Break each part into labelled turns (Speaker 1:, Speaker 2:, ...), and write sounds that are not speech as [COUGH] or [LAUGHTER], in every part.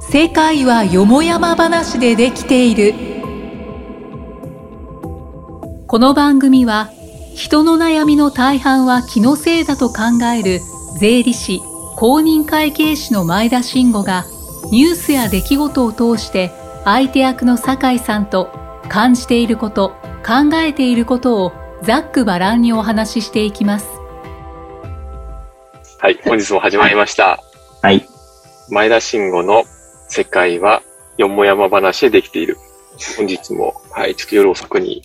Speaker 1: 世界はよもやま話でできているこの番組は人の悩みの大半は気のせいだと考える税理士公認会計士の前田慎吾がニュースや出来事を通して相手役の酒井さんと感じていること考えていることをざっくばらんにお話ししていきます
Speaker 2: はい、本日も始まりました。
Speaker 3: はい。
Speaker 2: 前田慎吾の世界はよもやま話でできている。本日も、はい、ちょっと夜遅くに、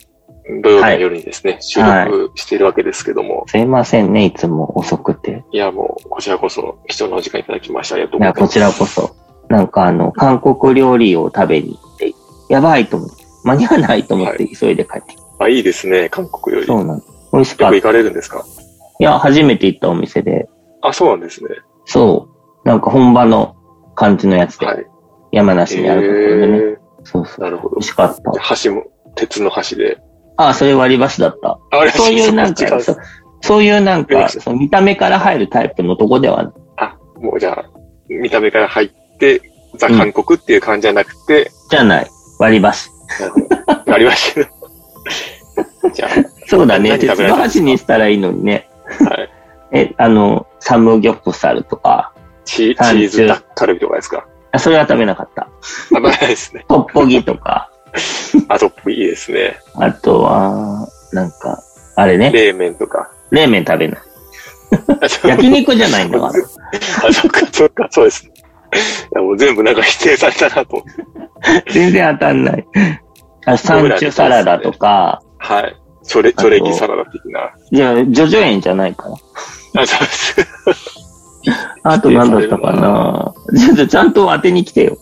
Speaker 2: 土曜日の夜にですね、収録しているわけですけども、
Speaker 3: すいませんね、いつも遅くて。
Speaker 2: い、や、もう、こちらこそ貴重なお時間いただきましてありがとう
Speaker 3: い
Speaker 2: ござ
Speaker 3: や、
Speaker 2: いま
Speaker 3: こ
Speaker 2: す。
Speaker 3: ちらこそ。なんかあの、韓国料理を食べに行って、やばいと思って、間に合わないと思って急いで帰ってきた。
Speaker 2: あ、いいですね、韓国より。
Speaker 3: そ
Speaker 2: よ
Speaker 3: うなの。美味し
Speaker 2: く
Speaker 3: かった。
Speaker 2: 行
Speaker 3: い
Speaker 2: かれるんですか
Speaker 3: や、初めて行ったお店で、
Speaker 2: あ、そうなんですね。
Speaker 3: そう。なんか本場の感じのやつで、
Speaker 2: はい。
Speaker 3: 山梨にあるところでね。そう
Speaker 2: えー、
Speaker 3: そう。
Speaker 2: なるほど
Speaker 3: 美味。しかった。
Speaker 2: 橋も、鉄の橋で。
Speaker 3: あ、それ割り箸だった。
Speaker 2: あ、あれ
Speaker 3: そういうなんか、そうそういうなん
Speaker 2: 割り
Speaker 3: か、
Speaker 2: 箸
Speaker 3: そう見た目から入るタイプのとこではない。
Speaker 2: あ、もうじゃあ、見た目から入って、ザ・韓国っていう感じじゃなくて、
Speaker 3: じゃない。割り箸。
Speaker 2: なるほど。ありました。 [LAUGHS] じゃ
Speaker 3: そうだね。
Speaker 2: 何食
Speaker 3: 鉄
Speaker 2: べられ
Speaker 3: の
Speaker 2: たんです
Speaker 3: 箸
Speaker 2: か
Speaker 3: にしたらいいのにね。
Speaker 2: あ、はい。
Speaker 3: え、あの、サムギョプサルとか、
Speaker 2: チチ
Speaker 3: 単純
Speaker 2: ーズタッカルビとかですか
Speaker 3: あそれは食べなかった。
Speaker 2: あ、まあないですね。
Speaker 3: トッポギとか、
Speaker 2: あ、トップいいですね。
Speaker 3: あとは、なんか、あれね、
Speaker 2: 冷麺とか。
Speaker 3: 冷麺食べない。
Speaker 2: あそう
Speaker 3: 焼肉じゃない
Speaker 2: [LAUGHS]
Speaker 3: んだか
Speaker 2: あ、そっか、そっか、そうですね。いやもう全部なんか否定されたなと思って。
Speaker 3: ら。全然当たんない。あサンチュサラダとか、
Speaker 2: はい。チョレ、チョレギサラダ的な。
Speaker 3: いや、ジョジョ園じゃないから。
Speaker 2: あ、そうです。
Speaker 3: あと何だったかなちょっとちゃんと当てに来てよ。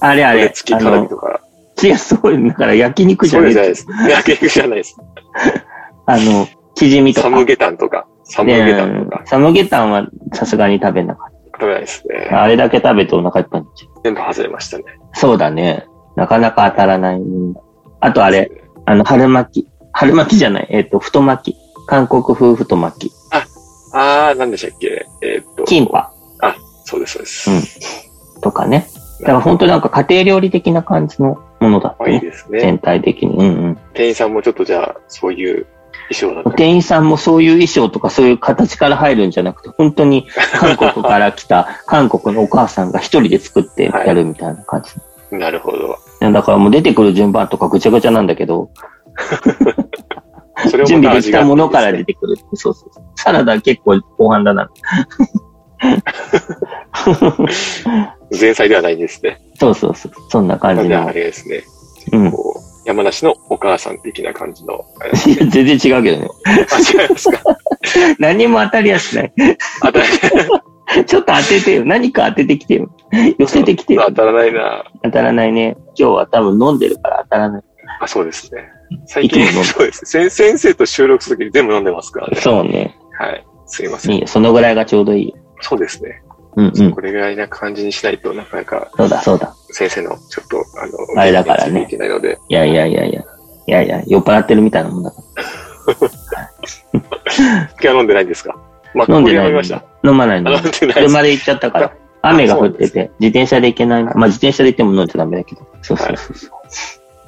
Speaker 3: あれあ
Speaker 2: あれ、
Speaker 3: れ、
Speaker 2: 月
Speaker 3: あ
Speaker 2: カルビ
Speaker 3: の、
Speaker 2: とか。
Speaker 3: いや、そう、だから焼肉じ
Speaker 2: そ
Speaker 3: ゃ
Speaker 2: れ
Speaker 3: ね
Speaker 2: じゃない
Speaker 3: え
Speaker 2: です。焼肉じゃないです。
Speaker 3: あの、チヂミとか。
Speaker 2: サムゲタンとか。サム
Speaker 3: ね
Speaker 2: ゲタンとか。
Speaker 3: サムゲタンはさすがに食べなかっ
Speaker 2: 食べないですね。
Speaker 3: た。あれだけ食べてお腹いっぱいになっちゃう
Speaker 2: 全部外れましたね。
Speaker 3: そうだね。なかなか当たらないんだ。あとあれ、あの、春巻き。春巻きじゃない。えっ、と、太巻き。韓国風太巻き。
Speaker 2: あー、なんでしたっけえーっと。
Speaker 3: キンパ
Speaker 2: そうです、そうです。
Speaker 3: うんとかね。だから本当なんか家庭料理的な感じのものだった
Speaker 2: あ、いい
Speaker 3: ね。
Speaker 2: ですね。
Speaker 3: 全体的に。うんうん。
Speaker 2: 店員さんもちょっとじゃあ、そういう衣装だったり
Speaker 3: 店員さんもそういう衣装とかそういう形から入るんじゃなくて、本当に韓国から来 [LAUGHS] た韓国のお母さんが一人で作ってやるみたいな感じ。
Speaker 2: なるほど。
Speaker 3: いやだからもう出てくる順番とかぐちゃぐちゃなんだけど、
Speaker 2: それまた
Speaker 3: 準備で
Speaker 2: 味
Speaker 3: き
Speaker 2: が
Speaker 3: たものから出てくる。そうそうそう。サラダ結構後半だな。
Speaker 2: 前菜ではないんですね。
Speaker 3: そうそうそう。そんな感
Speaker 2: な
Speaker 3: じ
Speaker 2: んで、あ
Speaker 3: の。
Speaker 2: れですね。
Speaker 3: うん。 [LAUGHS] い
Speaker 2: こう、山梨のお母さん的な感じの。あれ
Speaker 3: や全然違うけどね。
Speaker 2: あ、違います
Speaker 3: [LAUGHS]
Speaker 2: か。
Speaker 3: 何も当たりやしない。
Speaker 2: 当たらない。
Speaker 3: ちょっと当ててよ。何か当ててきてよ。寄せてきてよ
Speaker 2: 当。たらないな。
Speaker 3: 当たらないね。今日は多分飲んでるから当たらない。
Speaker 2: あ、そうですね。最近
Speaker 3: いつも飲ん、で
Speaker 2: そうです。先先生と収録するときに全部飲んでますからね。
Speaker 3: そうね。
Speaker 2: はい。すいませ
Speaker 3: いい
Speaker 2: ん。
Speaker 3: よ。そのぐらいがちょうどいいよ。
Speaker 2: そうですね。
Speaker 3: うんうん。
Speaker 2: これぐらいな感じにしないと、なかなか
Speaker 3: そうだそうだ。
Speaker 2: 先生の、ちょっと、あの、
Speaker 3: あれだからね
Speaker 2: いけないので。
Speaker 3: いやいやいやいや。いやいや、酔っ払ってるみたいなもんだか
Speaker 2: 今日は飲んでないんですかまあ、
Speaker 3: ら。飲んで
Speaker 2: 氷
Speaker 3: な
Speaker 2: 飲みま
Speaker 3: いのに
Speaker 2: した。。
Speaker 3: 飲まない
Speaker 2: あ
Speaker 3: の
Speaker 2: 飲
Speaker 3: に
Speaker 2: ん。でないです
Speaker 3: 車で行っちゃったから。雨が降ってて、自転車で行けないな。まあ自転車で行っても飲んじゃダメだけど。そうそうそうそ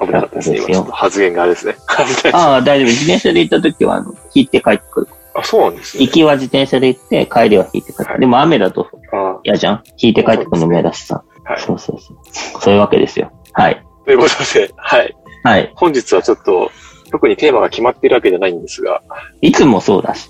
Speaker 3: う。
Speaker 2: 危なかったですね。
Speaker 3: そ
Speaker 2: 今
Speaker 3: うです
Speaker 2: ち
Speaker 3: よ
Speaker 2: ょっと発言があれですね。危ない
Speaker 3: ああ、大丈夫。自転車で行った時は、あの、引いて帰ってくる。
Speaker 2: [LAUGHS] あ、そうなんですね
Speaker 3: 行。きは自転車で行って、帰りは引いて帰ってく
Speaker 2: はい
Speaker 3: る。でも雨だと
Speaker 2: あ
Speaker 3: 嫌じゃん引いて帰ってくるのも嫌だしさ。
Speaker 2: はい。
Speaker 3: そうそうそう。そういうわけですよ。はい。
Speaker 2: ということで、はい。
Speaker 3: はい。
Speaker 2: 本日はちょっと、特にテーマが決まっているわけじゃないんですが、
Speaker 3: いつもそうだし。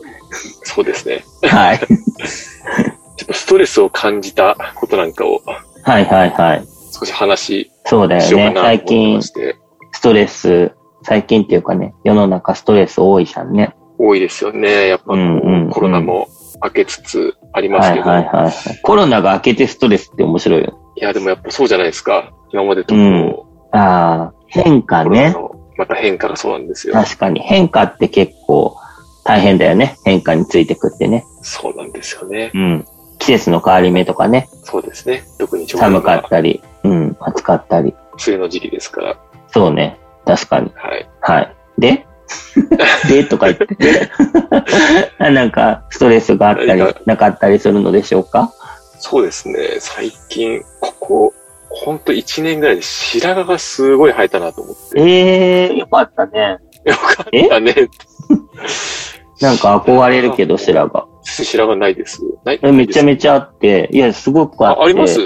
Speaker 2: そうですね。
Speaker 3: はい。
Speaker 2: ち
Speaker 3: [LAUGHS]
Speaker 2: ょっとストレスを感じたことなんかを
Speaker 3: はいはいはい。
Speaker 2: 少し話
Speaker 3: そうだ
Speaker 2: しよ
Speaker 3: よ
Speaker 2: うか
Speaker 3: ね。
Speaker 2: な
Speaker 3: 最
Speaker 2: と思い
Speaker 3: 近
Speaker 2: ま、して、
Speaker 3: ストレス、最近っていうかね、世の中ストレス多いじゃんね。
Speaker 2: 多いですよね。やっぱこう
Speaker 3: うんうんうん
Speaker 2: コロナも明けつつありま
Speaker 3: は
Speaker 2: す
Speaker 3: い
Speaker 2: けど、
Speaker 3: はいはい。コロナが明けてストレスって面白いよね。
Speaker 2: いや、でもやっぱそうじゃないですか。今までとこう、
Speaker 3: うんああ、変化
Speaker 2: コロナ
Speaker 3: ね。
Speaker 2: のまた変化がそうなんですよ。
Speaker 3: 確かに変化って結構大変だよね。変化についてくってね。
Speaker 2: そうなんですよね。
Speaker 3: うん。季節の変わり目とかね。
Speaker 2: そうですね。特にちょうど
Speaker 3: 寒
Speaker 2: 今
Speaker 3: かったり、うん、暑かったり。
Speaker 2: 梅雨の時期ですから、
Speaker 3: そうね。確かに。
Speaker 2: はい。
Speaker 3: はい。で [LAUGHS] でとか言って。 [LAUGHS] なんか、ストレスがあったり
Speaker 2: 何か、
Speaker 3: なかったりするのでしょうか
Speaker 2: そうですね。最近、ここ、ほんと1年ぐらいで白髪がすごい生えたなと思って。
Speaker 3: ええー、よかったね。
Speaker 2: よかったね。
Speaker 3: なんか憧れるけど、白髪。
Speaker 2: 白髪ないです。ない
Speaker 3: えめちゃめち
Speaker 2: ゃ
Speaker 3: ゃあって、いや、すごくあって。
Speaker 2: ああります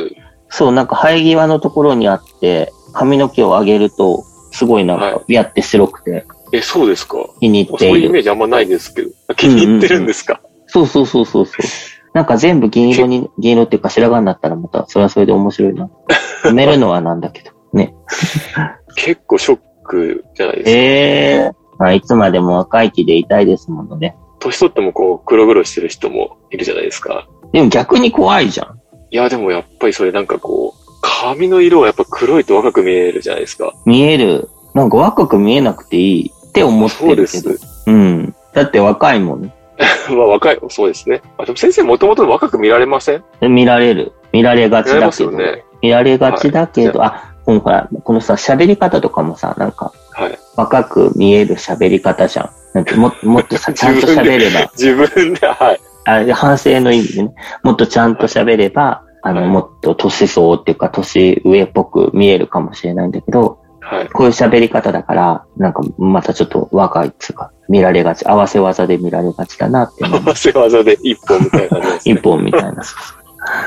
Speaker 3: そう、なんか生え際のところにあって、髪の毛を上げると、すごいなん
Speaker 2: は
Speaker 3: か、ビヤって白くて、
Speaker 2: え、そうですか
Speaker 3: 気に入っ
Speaker 2: そう
Speaker 3: てい
Speaker 2: いう
Speaker 3: る。
Speaker 2: イメージあんまないですけど。気に入ってるんですか、
Speaker 3: そうそうそうそうそう。なんか全部銀色に、銀色っていうか白髪になったらまた、それはそれで面白いな。埋めるのはなんだけど。ね。
Speaker 2: 結構ショックじゃないですか。
Speaker 3: ええまあ、いつまでも若い気でいたいですものね。
Speaker 2: 年取ってもこう、黒々してる人もいるじゃないですか。
Speaker 3: でも逆に怖いじゃん。
Speaker 2: いや、でもやっぱりそれなんかこう、髪の色がやっぱ黒いと若く見えるじゃないですか。
Speaker 3: 見える。なんか若く見えなくていいって思っ
Speaker 2: そ
Speaker 3: て
Speaker 2: うで
Speaker 3: るけど。
Speaker 2: す。
Speaker 3: うん。だって若いもん。
Speaker 2: まあ若い、そうですね。あ、でも先生もともと若く見られません
Speaker 3: 見られる。見られがち
Speaker 2: 見られ
Speaker 3: だ
Speaker 2: ます
Speaker 3: け
Speaker 2: よ
Speaker 3: ど。
Speaker 2: ね。
Speaker 3: 見られがちだけど、あ、このほら、このさ、喋り方とかもさ、なんか、
Speaker 2: はい。
Speaker 3: 若く見える喋り方じゃん。なんてももっとさ、ちゃんと喋れば、
Speaker 2: 自分で、はい。
Speaker 3: あ反省の意味でね、もっとちゃんと喋れば、あの、
Speaker 2: はい
Speaker 3: もっと年相応っていうか、年上っぽく見えるかもしれないんだけど、
Speaker 2: はい。
Speaker 3: こういう喋り方だから、なんか、またちょっと若いっつうか、見られがち、合わせ技で見られがちだなって思う
Speaker 2: 合わせ技で一本みたいな感じです、
Speaker 3: 一
Speaker 2: ね。
Speaker 3: 本みたいな。 [LAUGHS]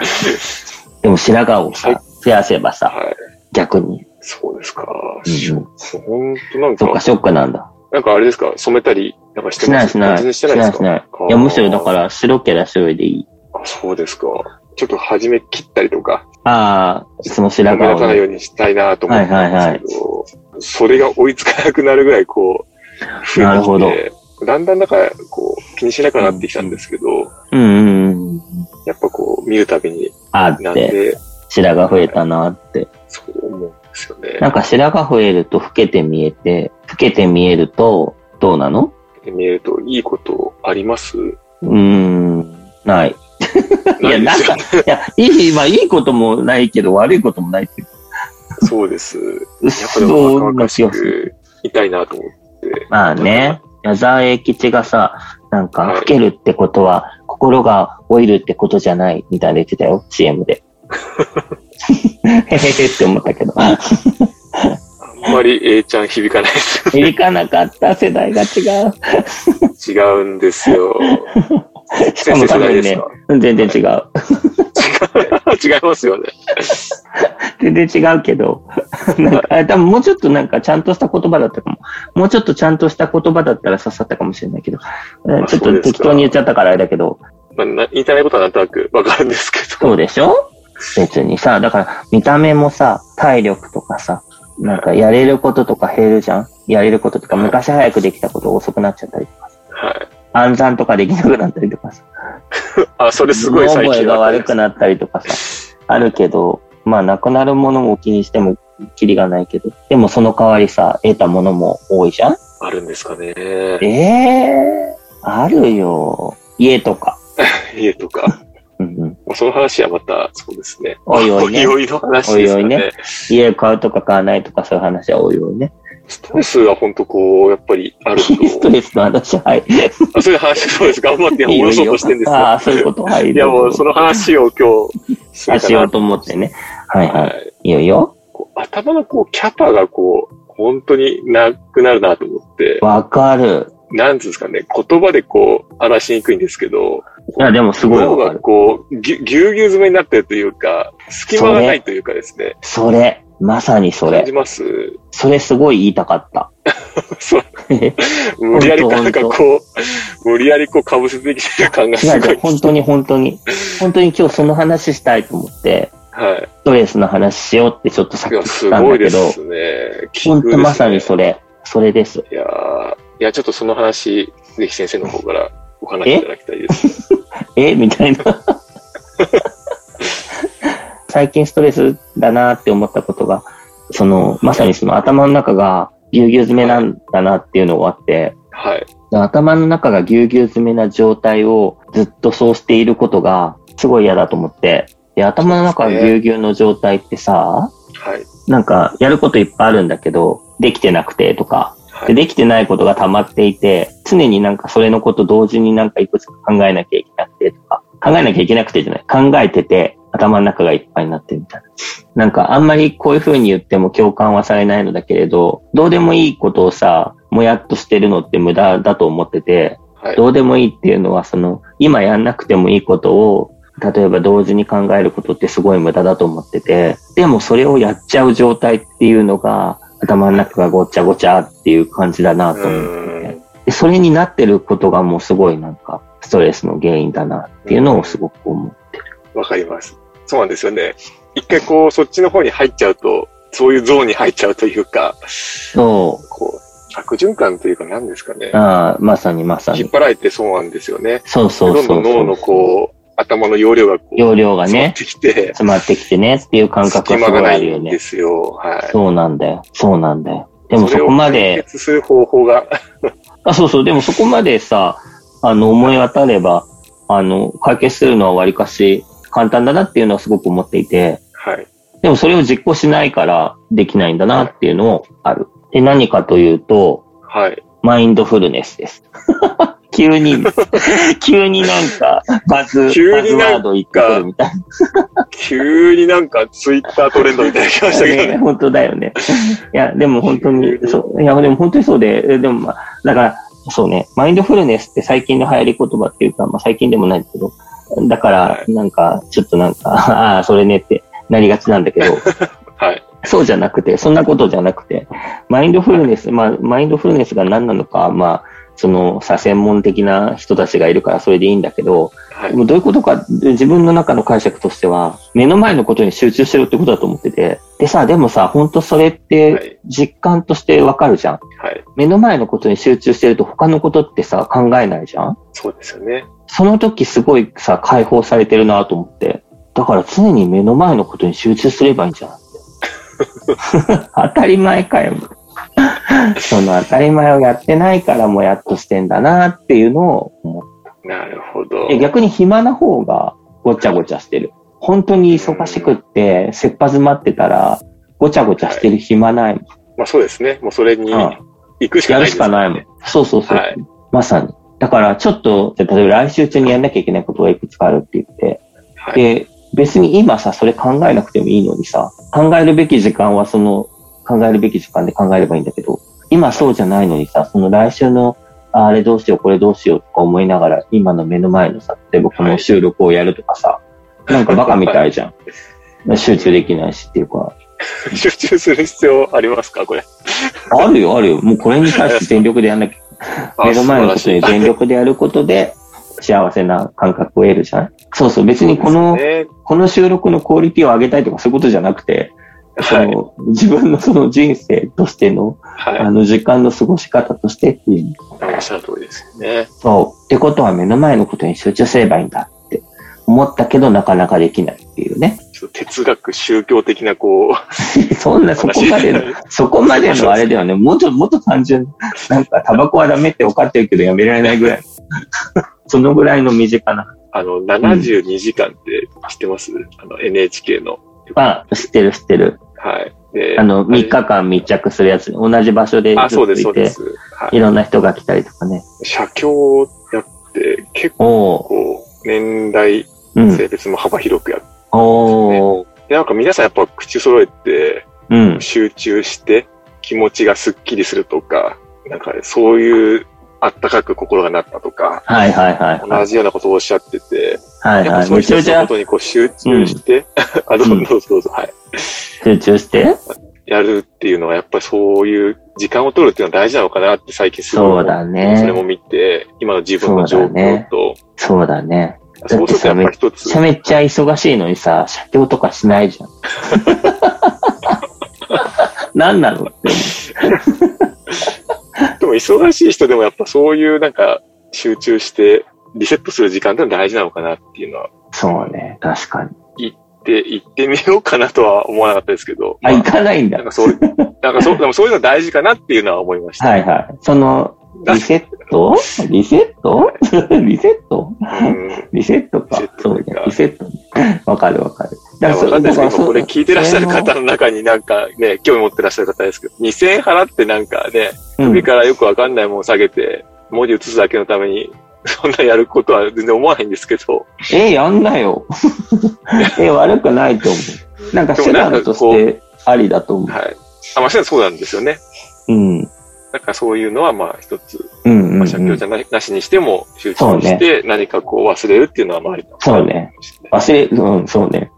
Speaker 3: でも白髪
Speaker 2: は
Speaker 3: を
Speaker 2: い
Speaker 3: さ、増やせばさ、
Speaker 2: はい。
Speaker 3: 逆に。
Speaker 2: そうですか。
Speaker 3: うん
Speaker 2: ショックほんとなん
Speaker 3: そっ
Speaker 2: か
Speaker 3: か、、ショックなんだ。
Speaker 2: なんかあれですか染めたり、なんかして
Speaker 3: しな
Speaker 2: ま
Speaker 3: い
Speaker 2: す
Speaker 3: しない。
Speaker 2: 全然して
Speaker 3: し
Speaker 2: ないで
Speaker 3: な
Speaker 2: す
Speaker 3: い
Speaker 2: か
Speaker 3: しない
Speaker 2: あ。ー
Speaker 3: いや、むしろだから、白けりゃ白いでいい。
Speaker 2: あそうですか。ちょっと初め切ったりとか、
Speaker 3: ああ、その白
Speaker 2: 目
Speaker 3: 髪
Speaker 2: 立
Speaker 3: を
Speaker 2: たない
Speaker 3: ね、
Speaker 2: ようにしたいなと思ってたんですけど、それが追いつかなくなるぐらいこう、
Speaker 3: なるほど
Speaker 2: 増えてきてだんだんなんかこう、気にしなくなってきたんですけど、
Speaker 3: うんうんうん。
Speaker 2: やっぱこう、見るたびに、
Speaker 3: あっ
Speaker 2: なん
Speaker 3: て、
Speaker 2: で、
Speaker 3: 白髪増えたなって。
Speaker 2: そう思うんですよね。
Speaker 3: なんか白髪増えると老けて見えて、老けて見えると、どうなの
Speaker 2: 見えるといいことあります
Speaker 3: うーん、ない。い
Speaker 2: な
Speaker 3: や、
Speaker 2: いで
Speaker 3: なん
Speaker 2: すよ
Speaker 3: か、いや、いい、まあ、いいこともないけど、悪いこともないってい
Speaker 2: [LAUGHS]
Speaker 3: う。
Speaker 2: そうです。
Speaker 3: うっ
Speaker 2: やっぱでも若
Speaker 3: そんな
Speaker 2: 々
Speaker 3: 気
Speaker 2: し
Speaker 3: がする。
Speaker 2: くいたいなと思って。
Speaker 3: まあね、矢沢永吉がさ、なんか、
Speaker 2: はい
Speaker 3: 老けるってことは、心が老いるってことじゃない、みたいな言ってたよ、CM で。へへへって思った
Speaker 2: [LAUGHS]
Speaker 3: けど。
Speaker 2: あんまり A ちゃん響かないです。
Speaker 3: [LAUGHS] 響かなかった世代が違う。
Speaker 2: 違うんですよ。
Speaker 3: しか
Speaker 2: 先生
Speaker 3: も多分
Speaker 2: 世代です
Speaker 3: ね
Speaker 2: か、
Speaker 3: うん全然違う。
Speaker 2: [LAUGHS] 違いますよね。
Speaker 3: 全然違うけ [LAUGHS] ど、なんか、あ多分もうちょっとなんかちゃんとした言葉だったかも。もうちょっとちゃんとした言葉だったら刺さったかもしれないけど、えち
Speaker 2: そ
Speaker 3: ょっ
Speaker 2: う
Speaker 3: と
Speaker 2: ですか
Speaker 3: 適当に言っちゃったからあれだけど、
Speaker 2: まあ、な言いたいことはなんとなくわかるんですけど。
Speaker 3: そうでしょ別にさ、だから見た目もさ、体力とかさ、なんかやれることとか減るじゃんやれることとか、昔早くできたこと遅くなっちゃったり、
Speaker 2: はい。
Speaker 3: 暗算とかできなくなったりとかさ、
Speaker 2: あ、それすごい最
Speaker 3: 物覚
Speaker 2: 近
Speaker 3: えが
Speaker 2: あった
Speaker 3: 悪
Speaker 2: やつ
Speaker 3: くなったりとかさ、あるけど、まあなくなるものも気にしてもキリがないけど、でもその代わりさ、得たものも多いじゃん
Speaker 2: あるんですかね。
Speaker 3: ええあるよ。家とか。
Speaker 2: 家とか。
Speaker 3: うんうん、
Speaker 2: もうその話はまた、そうですね。
Speaker 3: おいおい
Speaker 2: [LAUGHS]
Speaker 3: ね
Speaker 2: おいおいの話です
Speaker 3: お
Speaker 2: か
Speaker 3: いおい
Speaker 2: ね
Speaker 3: ね。家買うとか買わないとかそういう話は多いよ
Speaker 2: [LAUGHS]
Speaker 3: ね。
Speaker 2: ストレスが本当こう、やっぱりある
Speaker 3: スト [LAUGHS]
Speaker 2: と。
Speaker 3: レスの話、はい。
Speaker 2: あそういう話、そうです。頑張って
Speaker 3: いい
Speaker 2: お
Speaker 3: よ
Speaker 2: ろ
Speaker 3: いい
Speaker 2: そう
Speaker 3: よ
Speaker 2: としてるんです
Speaker 3: あ
Speaker 2: よ。
Speaker 3: あ、そういうこと、はい。
Speaker 2: いや、もうそ
Speaker 3: の
Speaker 2: の話を今日、するか
Speaker 3: しよ
Speaker 2: な
Speaker 3: うと思ってね。はいは。
Speaker 2: はいい。
Speaker 3: いいよいいよ。
Speaker 2: こう頭のこう、キャパがこう、本当になくなるなと思って、
Speaker 3: わかる。
Speaker 2: なんつうんですかね、言葉でこう、表しにくいんですけど、
Speaker 3: いや、でもすごい
Speaker 2: 脳
Speaker 3: わか
Speaker 2: が
Speaker 3: る。
Speaker 2: こう、ぎゅぎゅうぎゅう詰めになってるというか、隙間がないというかですね、
Speaker 3: それ。まさにそ
Speaker 2: 感
Speaker 3: れ
Speaker 2: じ。ます。
Speaker 3: それすごい言いたかった。 [LAUGHS]
Speaker 2: そう
Speaker 3: え
Speaker 2: 無理やり
Speaker 3: ほんと
Speaker 2: なんかこう、無理やりこう、かぶせてきてる感が
Speaker 3: い
Speaker 2: す
Speaker 3: や、
Speaker 2: ご
Speaker 3: で
Speaker 2: い。
Speaker 3: 本当に本当に。本当に今日その話したいと思って、
Speaker 2: はい。
Speaker 3: ストレスの話しようってちょっとさっ
Speaker 2: い
Speaker 3: き言
Speaker 2: や、
Speaker 3: っ
Speaker 2: す
Speaker 3: たん
Speaker 2: ご
Speaker 3: だ
Speaker 2: い
Speaker 3: け
Speaker 2: で
Speaker 3: ど、
Speaker 2: すね。奇遇
Speaker 3: 本
Speaker 2: です
Speaker 3: 当
Speaker 2: ね
Speaker 3: まさにそれ。それです。
Speaker 2: いやーいや、ちょっとその話、ぜひ先生の方からお話しいただきたいです。
Speaker 3: [LAUGHS] えみたいな。最近ストレスだなって思ったことが、その、まさにその頭の中がぎゅうぎゅう詰めなんだなっていうのがあって、
Speaker 2: はい。
Speaker 3: 頭の中がぎゅうぎゅう詰めな状態をずっとそうしていることがすごい嫌だと思って、で頭の中がぎゅうぎゅうの状態ってさ、
Speaker 2: はい。
Speaker 3: なんかやることいっぱいあるんだけど、できてなくてとか、
Speaker 2: は
Speaker 3: で
Speaker 2: い。
Speaker 3: できてないことが溜まっていて、常になんかそれのこと同時になんかいくつか考えなきゃいけなくてとか、考えなきゃいけなくてじゃない、考えてて、頭の中がいっぱいになってるみたいな。なんかあんまりこういう風に言っても共感はされないのだけれど、どうでもいいことをさ、もやっとしてるのって無駄だと思ってて、
Speaker 2: はい。
Speaker 3: どうでもいいっていうのはその、今やんなくてもいいことを、例えば同時に考えることってすごい無駄だと思ってて、でもそれをやっちゃう状態っていうのが、頭の中がごちゃごちゃっていう感じだなと
Speaker 2: う
Speaker 3: 思って
Speaker 2: ん。
Speaker 3: で、それになってることがもうすごいなんか、ストレスの原因だなっていうのをすごく思う。
Speaker 2: わかります。そうなんですよね。一回こう、そっちの方に入っちゃうと、そういうゾーンに入っちゃうというか、
Speaker 3: そ
Speaker 2: こう、悪循環というか何ですかね
Speaker 3: う。。ああ、まさにまさ
Speaker 2: 引っ
Speaker 3: に。
Speaker 2: 張られてそうなんですよね。
Speaker 3: そうそうそうそ
Speaker 2: ど
Speaker 3: うん
Speaker 2: どん脳のこう、頭の容量がこう、
Speaker 3: 容量が
Speaker 2: 詰まっ
Speaker 3: ね、
Speaker 2: てきて、
Speaker 3: 詰まってきてねっていう感覚が
Speaker 2: 隙間
Speaker 3: すご
Speaker 2: が
Speaker 3: い
Speaker 2: な
Speaker 3: あるよ
Speaker 2: いんで
Speaker 3: ね。
Speaker 2: すよ。はい。
Speaker 3: そうなんだよ。そうなんだよ。でもそこ
Speaker 2: れ
Speaker 3: ま
Speaker 2: を解
Speaker 3: で、
Speaker 2: 決する方法が、 [LAUGHS]
Speaker 3: あ、そうそう、でもそこまでさ、あの、思い当たれば、あの、解決するのはわりかし簡単だなっていうのはすごく思っていて、
Speaker 2: はい。
Speaker 3: でもそれを実行しないからできないんだなっていうのもある。で、何かというと、
Speaker 2: はい。
Speaker 3: マインドフルネスです。 [LAUGHS] 急
Speaker 2: [LAUGHS]
Speaker 3: に、急になんか、バズ、
Speaker 2: 急
Speaker 3: バズ
Speaker 2: にな
Speaker 3: ワー
Speaker 2: んか
Speaker 3: ド言ってくるみたい
Speaker 2: 急になんかツイッタートレンドみたいな気がし
Speaker 3: な
Speaker 2: たけど
Speaker 3: ね。
Speaker 2: ね。
Speaker 3: 本当だよね。いや、でも本当に、そう、いや、でも本当にそうで、えでもまあ、だから、そうね、マインドフルネスって最近の流行り言葉っていうか、まあ最近でもないけど、だから
Speaker 2: は、
Speaker 3: なんか、ちょっとなんか、 [LAUGHS] ああ、それねってなりがちなんだけ
Speaker 2: [LAUGHS]
Speaker 3: ど、
Speaker 2: はい。
Speaker 3: そうじゃなくて、そんなことじゃなくて、マインドフルネス、まあ、マインドフルネスが何なのか、まあ、その、さ、専門的な人たちがいるからそれでいいんだけど、
Speaker 2: はい
Speaker 3: で。もどういうことか、自分の中の解釈としては、目の前のことに集中しろってことだと思ってて、でさ、でもさ、本当それっ
Speaker 2: は
Speaker 3: て
Speaker 2: い。
Speaker 3: 実感としてわかるじゃん。
Speaker 2: はい。
Speaker 3: 目の前のことに集中してると他のことってさ、考えないじゃん
Speaker 2: そうですよね。
Speaker 3: その時すごいさ、解放されてるなと思って。だから常に目の前のことに集中すればいいん
Speaker 2: [LAUGHS]
Speaker 3: じゃん。当たり前かよ。その当たり前をやってないからもやっとしてんだなっていうのを思っ
Speaker 2: なるほど。
Speaker 3: て。逆に暇な方がごちゃごちゃしてる。本当に忙しくって、切羽詰まってたら、ごちゃごちゃしてる暇ないもん。
Speaker 2: まあそうですね。もうそれに
Speaker 3: うん
Speaker 2: 行くしか
Speaker 3: や
Speaker 2: ない
Speaker 3: る
Speaker 2: です
Speaker 3: しかないもん。そうそうそう。
Speaker 2: はい
Speaker 3: まさに。だからちょっと、じゃあ例えば来週中にやんなきゃいけないことがいくつかあるって言って、
Speaker 2: はい。
Speaker 3: で、別に今さ、それ考えなくてもいいのにさ、考えるべき時間はその、考えるべき時間で考えればいいんだけど、今そうじゃないのにさ、その来週の、ああれどうしよう、これどうしようとか思いながら、今の目の前のさ、例えばこの収録をやるとかさ、なんかバカみたいじゃん。集中できないしっていうか、
Speaker 2: [LAUGHS] 集中する必要ありますかこれ。
Speaker 3: あるよ、あるよ。もうこれに対して全力でやんなきゃ、
Speaker 2: [LAUGHS] あ
Speaker 3: 目の前のこ
Speaker 2: 素
Speaker 3: と
Speaker 2: 晴
Speaker 3: に
Speaker 2: らしい
Speaker 3: 全力でやることで、幸せな感覚を得るじゃん。そうそう、別にこの、
Speaker 2: ね
Speaker 3: この収録のクオリティを上げたいとかそういうことじゃなくて、そ
Speaker 2: はい。
Speaker 3: の自分のその人生としての、
Speaker 2: は
Speaker 3: あの時間の過ごし方としてっていう。
Speaker 2: い。おっしゃる通りですよね。
Speaker 3: そう。ってことは目の前のことに集中すればいいんだって思ったけどなかなかできないっていうね。 [LAUGHS]
Speaker 2: ちょっと哲学、宗教的なこう、
Speaker 3: そんなそこまでの、そこまでのあれではね、もうちょっともっと単純。なんかタバコはダメって分かってるけどやめられないぐらい。 [LAUGHS] そのぐらいの身近な。
Speaker 2: [LAUGHS] あの、72時間って知ってます、あの、NHK の。
Speaker 3: まあ、知ってる知ってる。
Speaker 2: はい。で
Speaker 3: あの、
Speaker 2: れ
Speaker 3: 3日間密着するやつ、同じ場所で
Speaker 2: あ、
Speaker 3: ず
Speaker 2: そ
Speaker 3: っ
Speaker 2: う
Speaker 3: と
Speaker 2: です、そ
Speaker 3: いう
Speaker 2: で
Speaker 3: て、
Speaker 2: す。はい
Speaker 3: ろんな人が来たりとかね。
Speaker 2: い。写経をやって、結
Speaker 3: おー。
Speaker 2: 構、年代、
Speaker 3: うん。
Speaker 2: 性別も幅広くやって、
Speaker 3: おー。
Speaker 2: でなんか皆さんやっぱ口揃えて、
Speaker 3: うん。
Speaker 2: 集中して、気持ちがスッキリするとか、なんかそういう、あったかく心がなったとか、
Speaker 3: はいはいはいは
Speaker 2: 同
Speaker 3: い。
Speaker 2: じようなことをおっしゃってて、
Speaker 3: はい
Speaker 2: やっ
Speaker 3: は
Speaker 2: ぱ
Speaker 3: い。
Speaker 2: そうい
Speaker 3: め
Speaker 2: う人
Speaker 3: ちゃ
Speaker 2: たち
Speaker 3: めち
Speaker 2: のこ
Speaker 3: ゃ
Speaker 2: とにこう集中して、 [LAUGHS] あ、どうぞ
Speaker 3: うん
Speaker 2: どうぞどうぞ、はい。
Speaker 3: 集中して。
Speaker 2: やるっていうのは、やっぱりそういう時間を取るっていうのは大事なのかなって最近すごい思
Speaker 3: そう
Speaker 2: って。
Speaker 3: だ
Speaker 2: それも
Speaker 3: ね。
Speaker 2: 見て、今の自分の状況と、
Speaker 3: そうだね。だ
Speaker 2: そ
Speaker 3: ね
Speaker 2: うするとやっぱり一つ
Speaker 3: めちゃ、めちゃ忙しいのにさ、写経とかしない
Speaker 2: [LAUGHS]
Speaker 3: じゃん。何なのって。
Speaker 2: でも忙しい人でもやっぱそういうなんか集中してリセットする時間ってのは大事なのかなっていうのは、
Speaker 3: そうね。確かに。
Speaker 2: で、行ってみようかなとは思わなかったですけど、
Speaker 3: あ、行かないんだ
Speaker 2: なん。かそう、なんかそう、でもそういうのは大事かなっていうのは思いました。
Speaker 3: はいはい。その、リセットリセットリセット
Speaker 2: うん。い
Speaker 3: リセットか
Speaker 2: リセッ。ト
Speaker 3: そうね。リセットね。わかるわかる。
Speaker 2: や、わかんないですけど、
Speaker 3: そう
Speaker 2: これ聞いてらっしゃる方の中
Speaker 3: [LAUGHS]
Speaker 2: になんかね、興味持ってらっしゃる方ですけど、2000円払ってなんかね、
Speaker 3: うん
Speaker 2: 首からよくわかんないものを下げて、文字移すだけのために [LAUGHS] そんなやることは全然思わないんですけど。
Speaker 3: え、やんなよ。 [LAUGHS] え、悪くないと思う。なんか手段としてありだと思う。
Speaker 2: はい。あ、まあ、そうなんですよね。
Speaker 3: うん。
Speaker 2: だからそういうのは、まあ、一つ、
Speaker 3: うん、う
Speaker 2: ま
Speaker 3: んう
Speaker 2: あ、写経
Speaker 3: ん
Speaker 2: じ。ゃななしにしても、集中して何かこう忘れるっていうのは、まあ、ありなのかな
Speaker 3: そう
Speaker 2: と
Speaker 3: ね
Speaker 2: 思いましたね。
Speaker 3: 忘れ、うん、そうね。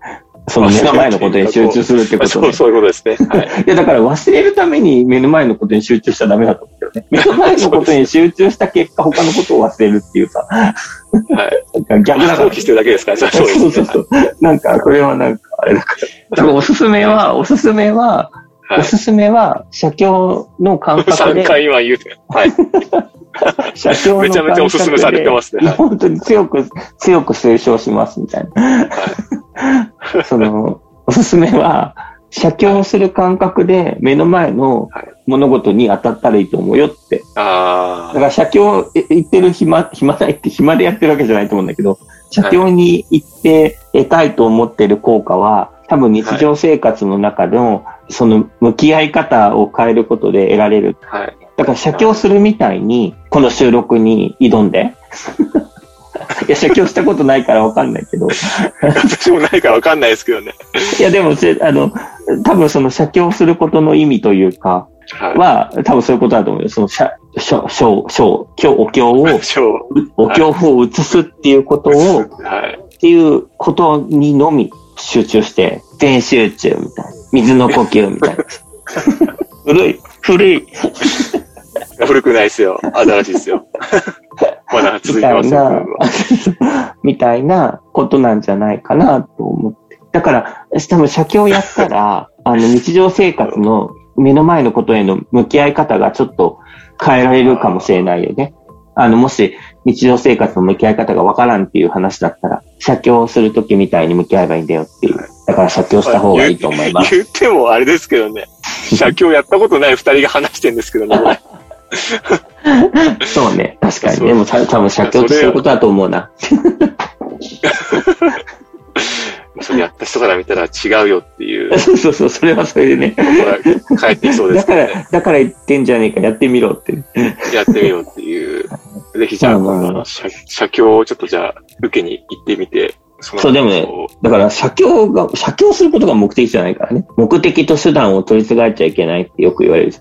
Speaker 3: その目の前のことに集中するって
Speaker 2: まあ
Speaker 3: こと
Speaker 2: そ
Speaker 3: ね
Speaker 2: う、。そういうことですね。はい。
Speaker 3: いや、だから忘れるために目の前のことに集中しちゃダメだと思うけどね。目の前のことに集中した結果、他のことを忘れるっていうさ、
Speaker 2: はい。
Speaker 3: なんか逆だか
Speaker 2: 放
Speaker 3: ら
Speaker 2: 棄。してるだけですから、そう
Speaker 3: そう
Speaker 2: です
Speaker 3: そ
Speaker 2: ね
Speaker 3: うそう。なんか、これはなんか、あれだから。だからおすすめは、おすすめは、
Speaker 2: はい
Speaker 3: おすすめは、写経の感覚
Speaker 2: 3
Speaker 3: で、
Speaker 2: 回は言うて。はい。
Speaker 3: 写経の
Speaker 2: め
Speaker 3: 感覚で、
Speaker 2: ちゃめちゃおすすめされてますねはい
Speaker 3: 本当に強く、強く推奨しますみたいな。
Speaker 2: [LAUGHS]
Speaker 3: その、おすすめは、写経する感覚で目の前の物事に当たったらいいと思うよって。だ
Speaker 2: あ
Speaker 3: から写経え行ってる暇、 [LAUGHS] 暇ないって暇でやってるわけじゃないと思うんだけど、写経に行って得たいと思ってる効果は、多分日常生活の中の、その向き合い方を変えることで得られる。
Speaker 2: あ。
Speaker 3: [LAUGHS]
Speaker 2: はい。
Speaker 3: だから写経するみたいに、この収録に挑んで。 [LAUGHS] いや、写経したことないからわかんないけど。
Speaker 2: 私もないからわかんないですけどね。
Speaker 3: いや、でも、せあの、多分その写経することの意味というか、
Speaker 2: [LAUGHS] は
Speaker 3: は、多分そういうことだと思うよ。その、写、書、書、書、経、お経を、
Speaker 2: い。超。
Speaker 3: お経を移すっていうことを、
Speaker 2: はい。
Speaker 3: っていうことにのみ集中して、全集中みたいな。水の呼吸みたいな。古い、古い、
Speaker 2: 古くないですよ。新しいです
Speaker 3: [LAUGHS]
Speaker 2: よ。まだ続い
Speaker 3: み
Speaker 2: て
Speaker 3: た
Speaker 2: ま
Speaker 3: い
Speaker 2: すよ。
Speaker 3: な、 [LAUGHS] みたいなことなんじゃないかなと思って。だから、多分写経やっ
Speaker 2: [LAUGHS]
Speaker 3: たら、あの、日常生活の目の前のことへの向き合い方がちょっと変えられるかもしれないよね。あの、もし、日常生活の向き合い方がわからんっていう話だったら、写経するときみたいに向き合えばいいんだよっていう。だから写経した方がいいと思います。
Speaker 2: 言ってもあれですけどね。写経やったことない二人が話してるんですけ
Speaker 3: [LAUGHS]
Speaker 2: どね。
Speaker 3: そうね。確かに。
Speaker 2: そう
Speaker 3: でも、た多分写経ってそういうことだと思うな。、
Speaker 2: それやった人から見たら違うよっていう
Speaker 3: [LAUGHS] そうそうそう、それはそれでね。
Speaker 2: ほら帰ってきそうで
Speaker 3: だ
Speaker 2: す
Speaker 3: か
Speaker 2: けど
Speaker 3: [LAUGHS]
Speaker 2: ね。
Speaker 3: ら、だから言ってんじゃねえか、やってみろって。
Speaker 2: やってみようっていう。ぜひじゃあ、
Speaker 3: まあまあ
Speaker 2: この写写経をちょっとじゃあ、受けに行ってみて、そ
Speaker 3: そうでもねだから、写経が、写経することが目的じゃないからね。目的と手段を取り違えちゃいけないってよく言われるじ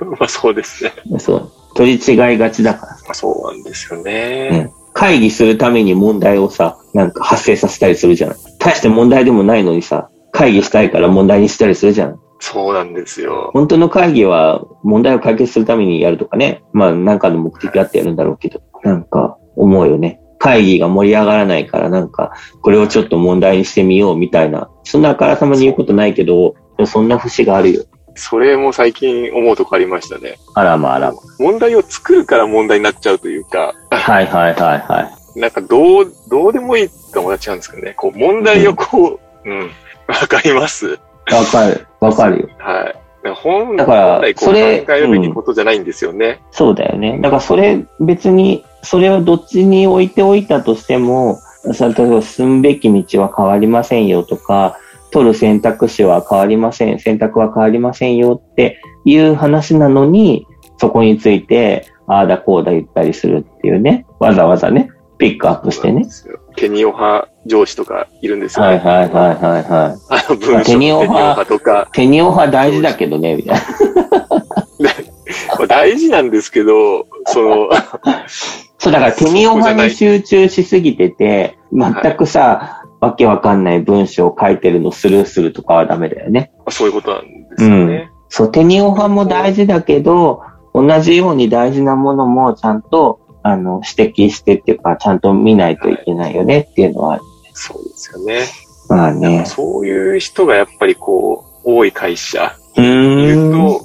Speaker 2: そう [LAUGHS] まあそうですね。
Speaker 3: ゃん。そう。取り違いがちだか
Speaker 2: まあそうなんですよ
Speaker 3: ら。う
Speaker 2: ね。
Speaker 3: ん。会議するために問題をさ、なんか発生させたりするじゃない。大して問題でもないのにさ、会議したいから問題にしたりするじゃん。
Speaker 2: そうなんですよ。
Speaker 3: 本当の会議は問題を解決するためにやるとかね。まあ、なんかの目的あってやるんだろうけど、なんか思うよね。会議が盛り上がらないから、なんか、これをちょっと問題にしてみようみたいな。そんなあからさまに言うことないけど、でもそんな節があるよ。
Speaker 2: それも最近思うとこありましたね。
Speaker 3: あらまあらま。
Speaker 2: 問題を作るから問題になっちゃうというか、
Speaker 3: はいはいはいはい。
Speaker 2: なんかどう、どうでもいいって思っちゃうんですけどね。こう問題をこう、うん、わかります。
Speaker 3: わかる、わかるよ。
Speaker 2: はい。本
Speaker 3: だから
Speaker 2: 本来こう
Speaker 3: そ
Speaker 2: 考
Speaker 3: れ
Speaker 2: えるべきことじゃないんですよね。
Speaker 3: そうだよね。だからそれ、別に、それをどっちに置いておいたとしても、その例えば進むべき道は変わりませんよとか、取る選択肢は変わりません、選択は変わりませんよっていう話なのに、そこについて、ああだこうだ言ったりするっていうね、わざわざね、ピックアップし
Speaker 2: そ
Speaker 3: て
Speaker 2: うなん
Speaker 3: ね
Speaker 2: で。すよ。ケニオ派上司とかいるんですよ
Speaker 3: は
Speaker 2: ね。
Speaker 3: いはいはいはいはい。
Speaker 2: あの文章、
Speaker 3: テニオ派
Speaker 2: とか、
Speaker 3: テニオ派大事だけどね、みたいな。
Speaker 2: まあ大事なんですけど、そ
Speaker 3: [LAUGHS]
Speaker 2: の、
Speaker 3: そう、だからテニオ派に集中しすぎてて、全くさ、わけわかんない文章を書いてるのスルーするとかはダメだよね。
Speaker 2: そういうことなんですよね。
Speaker 3: そう、テニオ派も大事だけど、同じように大事なものもちゃんと、あの、指摘してっていうか、ちゃんと見ないといけないよねっていうのはある。
Speaker 2: そうですよね。
Speaker 3: まあね。
Speaker 2: そういう人がやっぱりこう、多い会社
Speaker 3: う
Speaker 2: いる
Speaker 3: ーん。
Speaker 2: と、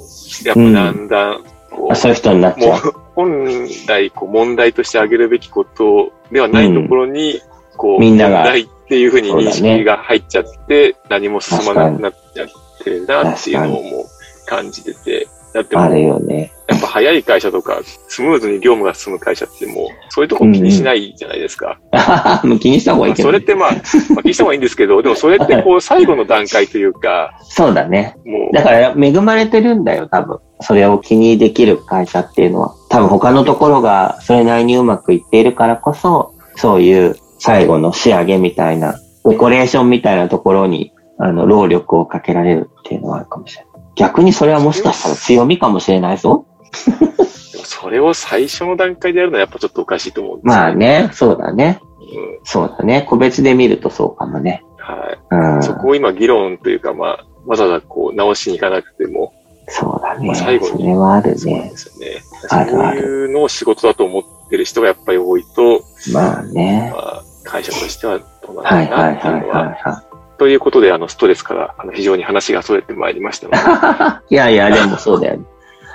Speaker 2: やっぱだんだん、こ
Speaker 3: あ
Speaker 2: う、
Speaker 3: そういう人になっち
Speaker 2: も
Speaker 3: ゃう。
Speaker 2: う、本来、こう、問題として挙げるべきことではないところに、こう、
Speaker 3: みんなが
Speaker 2: 問題っていうふうに認
Speaker 3: そうだね
Speaker 2: 識が入っちゃって、何も進まなくなっちゃってるなっていうのをもう感じてて、だっても
Speaker 3: あ
Speaker 2: う、
Speaker 3: れよね。 [LAUGHS]
Speaker 2: やっぱ早い会社とか、スムーズに業務が進む会社ってもう、そういうとこ気にしないじゃないですか。
Speaker 3: もう気にした方がいい
Speaker 2: まあ
Speaker 3: けど
Speaker 2: そ
Speaker 3: ね、
Speaker 2: れってまあ、まあ、気にした方がいいんですけど、でもそれって
Speaker 3: [LAUGHS]
Speaker 2: こう、最後の段階というか、
Speaker 3: そうだね。
Speaker 2: もう
Speaker 3: だ、から恵まれてるんだよ、多分。それを気にできる会社っていうのは。多分他のところがそれなりにうまくいっているからこそ、そういう最後の仕上げみたいな、デコレーションみたいなところに、あの、労力をかけられるっていうのはあるかもしれない。逆にそれはもしかしたら強みかもしれないぞ。
Speaker 2: でもそれを最初の段階でやるのはやっぱちょっとおかしいと思うんですよ
Speaker 3: まあ。ね、そうだね。
Speaker 2: うん
Speaker 3: そうだね。個別で見るとそうかもね。
Speaker 2: はい。
Speaker 3: うん。
Speaker 2: そ
Speaker 3: そ
Speaker 2: こを今議論というか、まあ、わざわざこう直しに行かなくても、
Speaker 3: うだ
Speaker 2: ま
Speaker 3: ね。
Speaker 2: あ最後に
Speaker 3: それはある
Speaker 2: そうなん
Speaker 3: ね。
Speaker 2: ですよね。
Speaker 3: あるあ
Speaker 2: そ
Speaker 3: る
Speaker 2: ういうのを仕事だと思ってる人がやっぱり多いと、
Speaker 3: まあね。
Speaker 2: まあ、会社としてはどうな
Speaker 3: は
Speaker 2: の
Speaker 3: い
Speaker 2: か
Speaker 3: は
Speaker 2: ないって
Speaker 3: はいいうはい
Speaker 2: のは。
Speaker 3: はい。
Speaker 2: ということで、あの、ストレスから、あの、非常に話が逸れてまいりましたので、
Speaker 3: いやいや、でもそうだよね。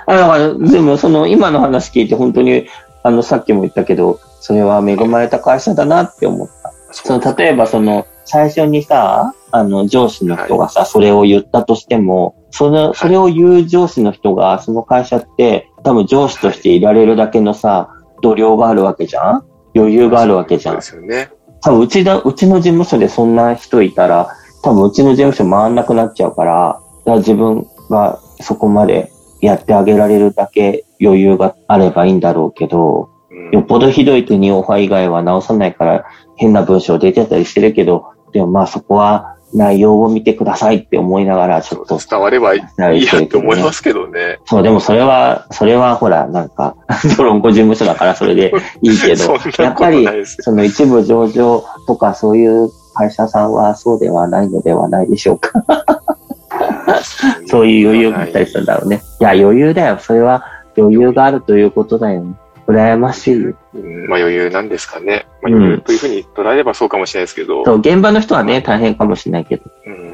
Speaker 3: あだから、でもその今の話聞いて本当に、あの、さっきも言ったけど、それは恵まれた会社だなって思った。
Speaker 2: そ
Speaker 3: [LAUGHS] そうの、例えばその、最初にさ、あの、上司の人がさ、それを言ったとしても、その、それを言う上司の人が、その会社って、多分上司としていられるだけのさ、度量があるわけじゃん余裕があるわけじゃん
Speaker 2: で。すよね。
Speaker 3: 多分うちだ、うちの事務所でそんな人いたら、多分うちの事務所回んなくなっちゃうから、だから自分がそこまでやってあげられるだけ余裕があればいいんだろうけど、
Speaker 2: うん
Speaker 3: よっぽどひどい国オファー以外は直さないから変な文章出てたりしてるけど、でもまあそこは内容を見てくださいって思いながらちょっと。。
Speaker 2: 伝わればいいやって思いますすけどね。
Speaker 3: そう、でもそれは、それはほら、なんか、 [LAUGHS] ドロンコ事務所だからそれでいいけ
Speaker 2: [LAUGHS] そ
Speaker 3: ど
Speaker 2: んなこ、と
Speaker 3: やっぱり
Speaker 2: ないですよ。
Speaker 3: その一部上場とかそういう会社さんはそうではないのではないでしょうか。そういう余裕があったりするんだろうね。いや、余裕だよ。それは余裕があるということだよね。羨ましいよ。
Speaker 2: うんまあ余裕なんですかね。まあ
Speaker 3: うん
Speaker 2: 余裕というふうに捉えればそうかもしれないですけど、
Speaker 3: そう、現場の人はね、大変かもしれないけど。
Speaker 2: うん、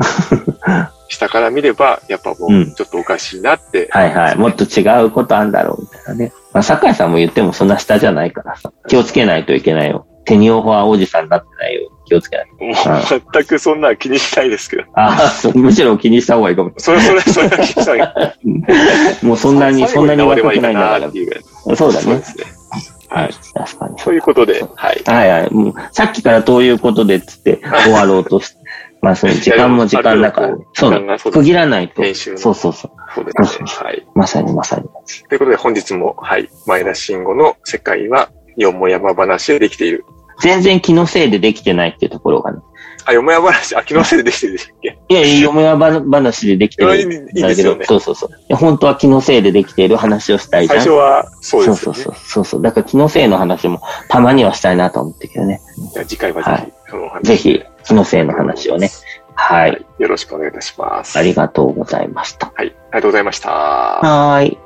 Speaker 2: 下から見れば、やっぱも
Speaker 3: う
Speaker 2: うんちょっとおかしいなって、
Speaker 3: はいはい。もっと違うことあんだろう、みたいなね。まあ、酒井さんも言ってもそんな下じゃないからさ。気をつけないといけないよ。テニオファーおじさんになってないよ。気をつけない。
Speaker 2: もう全くそんな気にしないですけど、
Speaker 3: ああ、そうむしろ気にした方がいいかも。
Speaker 2: それそれそれは気にしない。
Speaker 3: も [LAUGHS] うそんなに、
Speaker 2: 最
Speaker 3: そ
Speaker 2: 後
Speaker 3: んなに
Speaker 2: 直れ
Speaker 3: 若
Speaker 2: ばいい
Speaker 3: くな
Speaker 2: かな
Speaker 3: いんだか
Speaker 2: っていうぐらい。
Speaker 3: ら。そうだ
Speaker 2: そう
Speaker 3: ね
Speaker 2: で。すね。はい。
Speaker 3: 確かに。
Speaker 2: ということで、はい。
Speaker 3: はいはい。もう、さっきからどういうことでっつって終わろうとして。まあ、そ
Speaker 2: [LAUGHS]
Speaker 3: の時間も時間だから、
Speaker 2: いや
Speaker 3: ね
Speaker 2: でも。
Speaker 3: そ
Speaker 2: 時間がそう
Speaker 3: う。
Speaker 2: です
Speaker 3: 区切らないと
Speaker 2: 編集。の
Speaker 3: そうそうそう。
Speaker 2: そうですね。はい。
Speaker 3: まさにまさに。
Speaker 2: ということで、本日も、はい。前田慎吾の世界は、よもやま話でできている。
Speaker 3: 全然気のせいでできてないっていうところがね。
Speaker 2: あ、よもやま話、あ、気のせいでできてるでしたっけ
Speaker 3: いや、いいよもやば話でできて
Speaker 2: いやいい
Speaker 3: るん
Speaker 2: いいで
Speaker 3: だ
Speaker 2: す
Speaker 3: け
Speaker 2: よ
Speaker 3: ど
Speaker 2: ね、
Speaker 3: そうそうそう。いや本当は気のせいでできている話をしたいじ
Speaker 2: 最
Speaker 3: ゃん。
Speaker 2: 初は、そうです
Speaker 3: そ
Speaker 2: よ
Speaker 3: う
Speaker 2: ね
Speaker 3: そう。そうそう。だから気のせいの話もたまにはしたいなと思ってるけどね。
Speaker 2: じゃあ次回はぜひ、
Speaker 3: はい
Speaker 2: そのお話
Speaker 3: ぜひ、気のせいの話をね。は。
Speaker 2: はいい。よろしくお願いいたします。
Speaker 3: ありがとうございました。
Speaker 2: はい。ありがとうございました。
Speaker 3: はーい。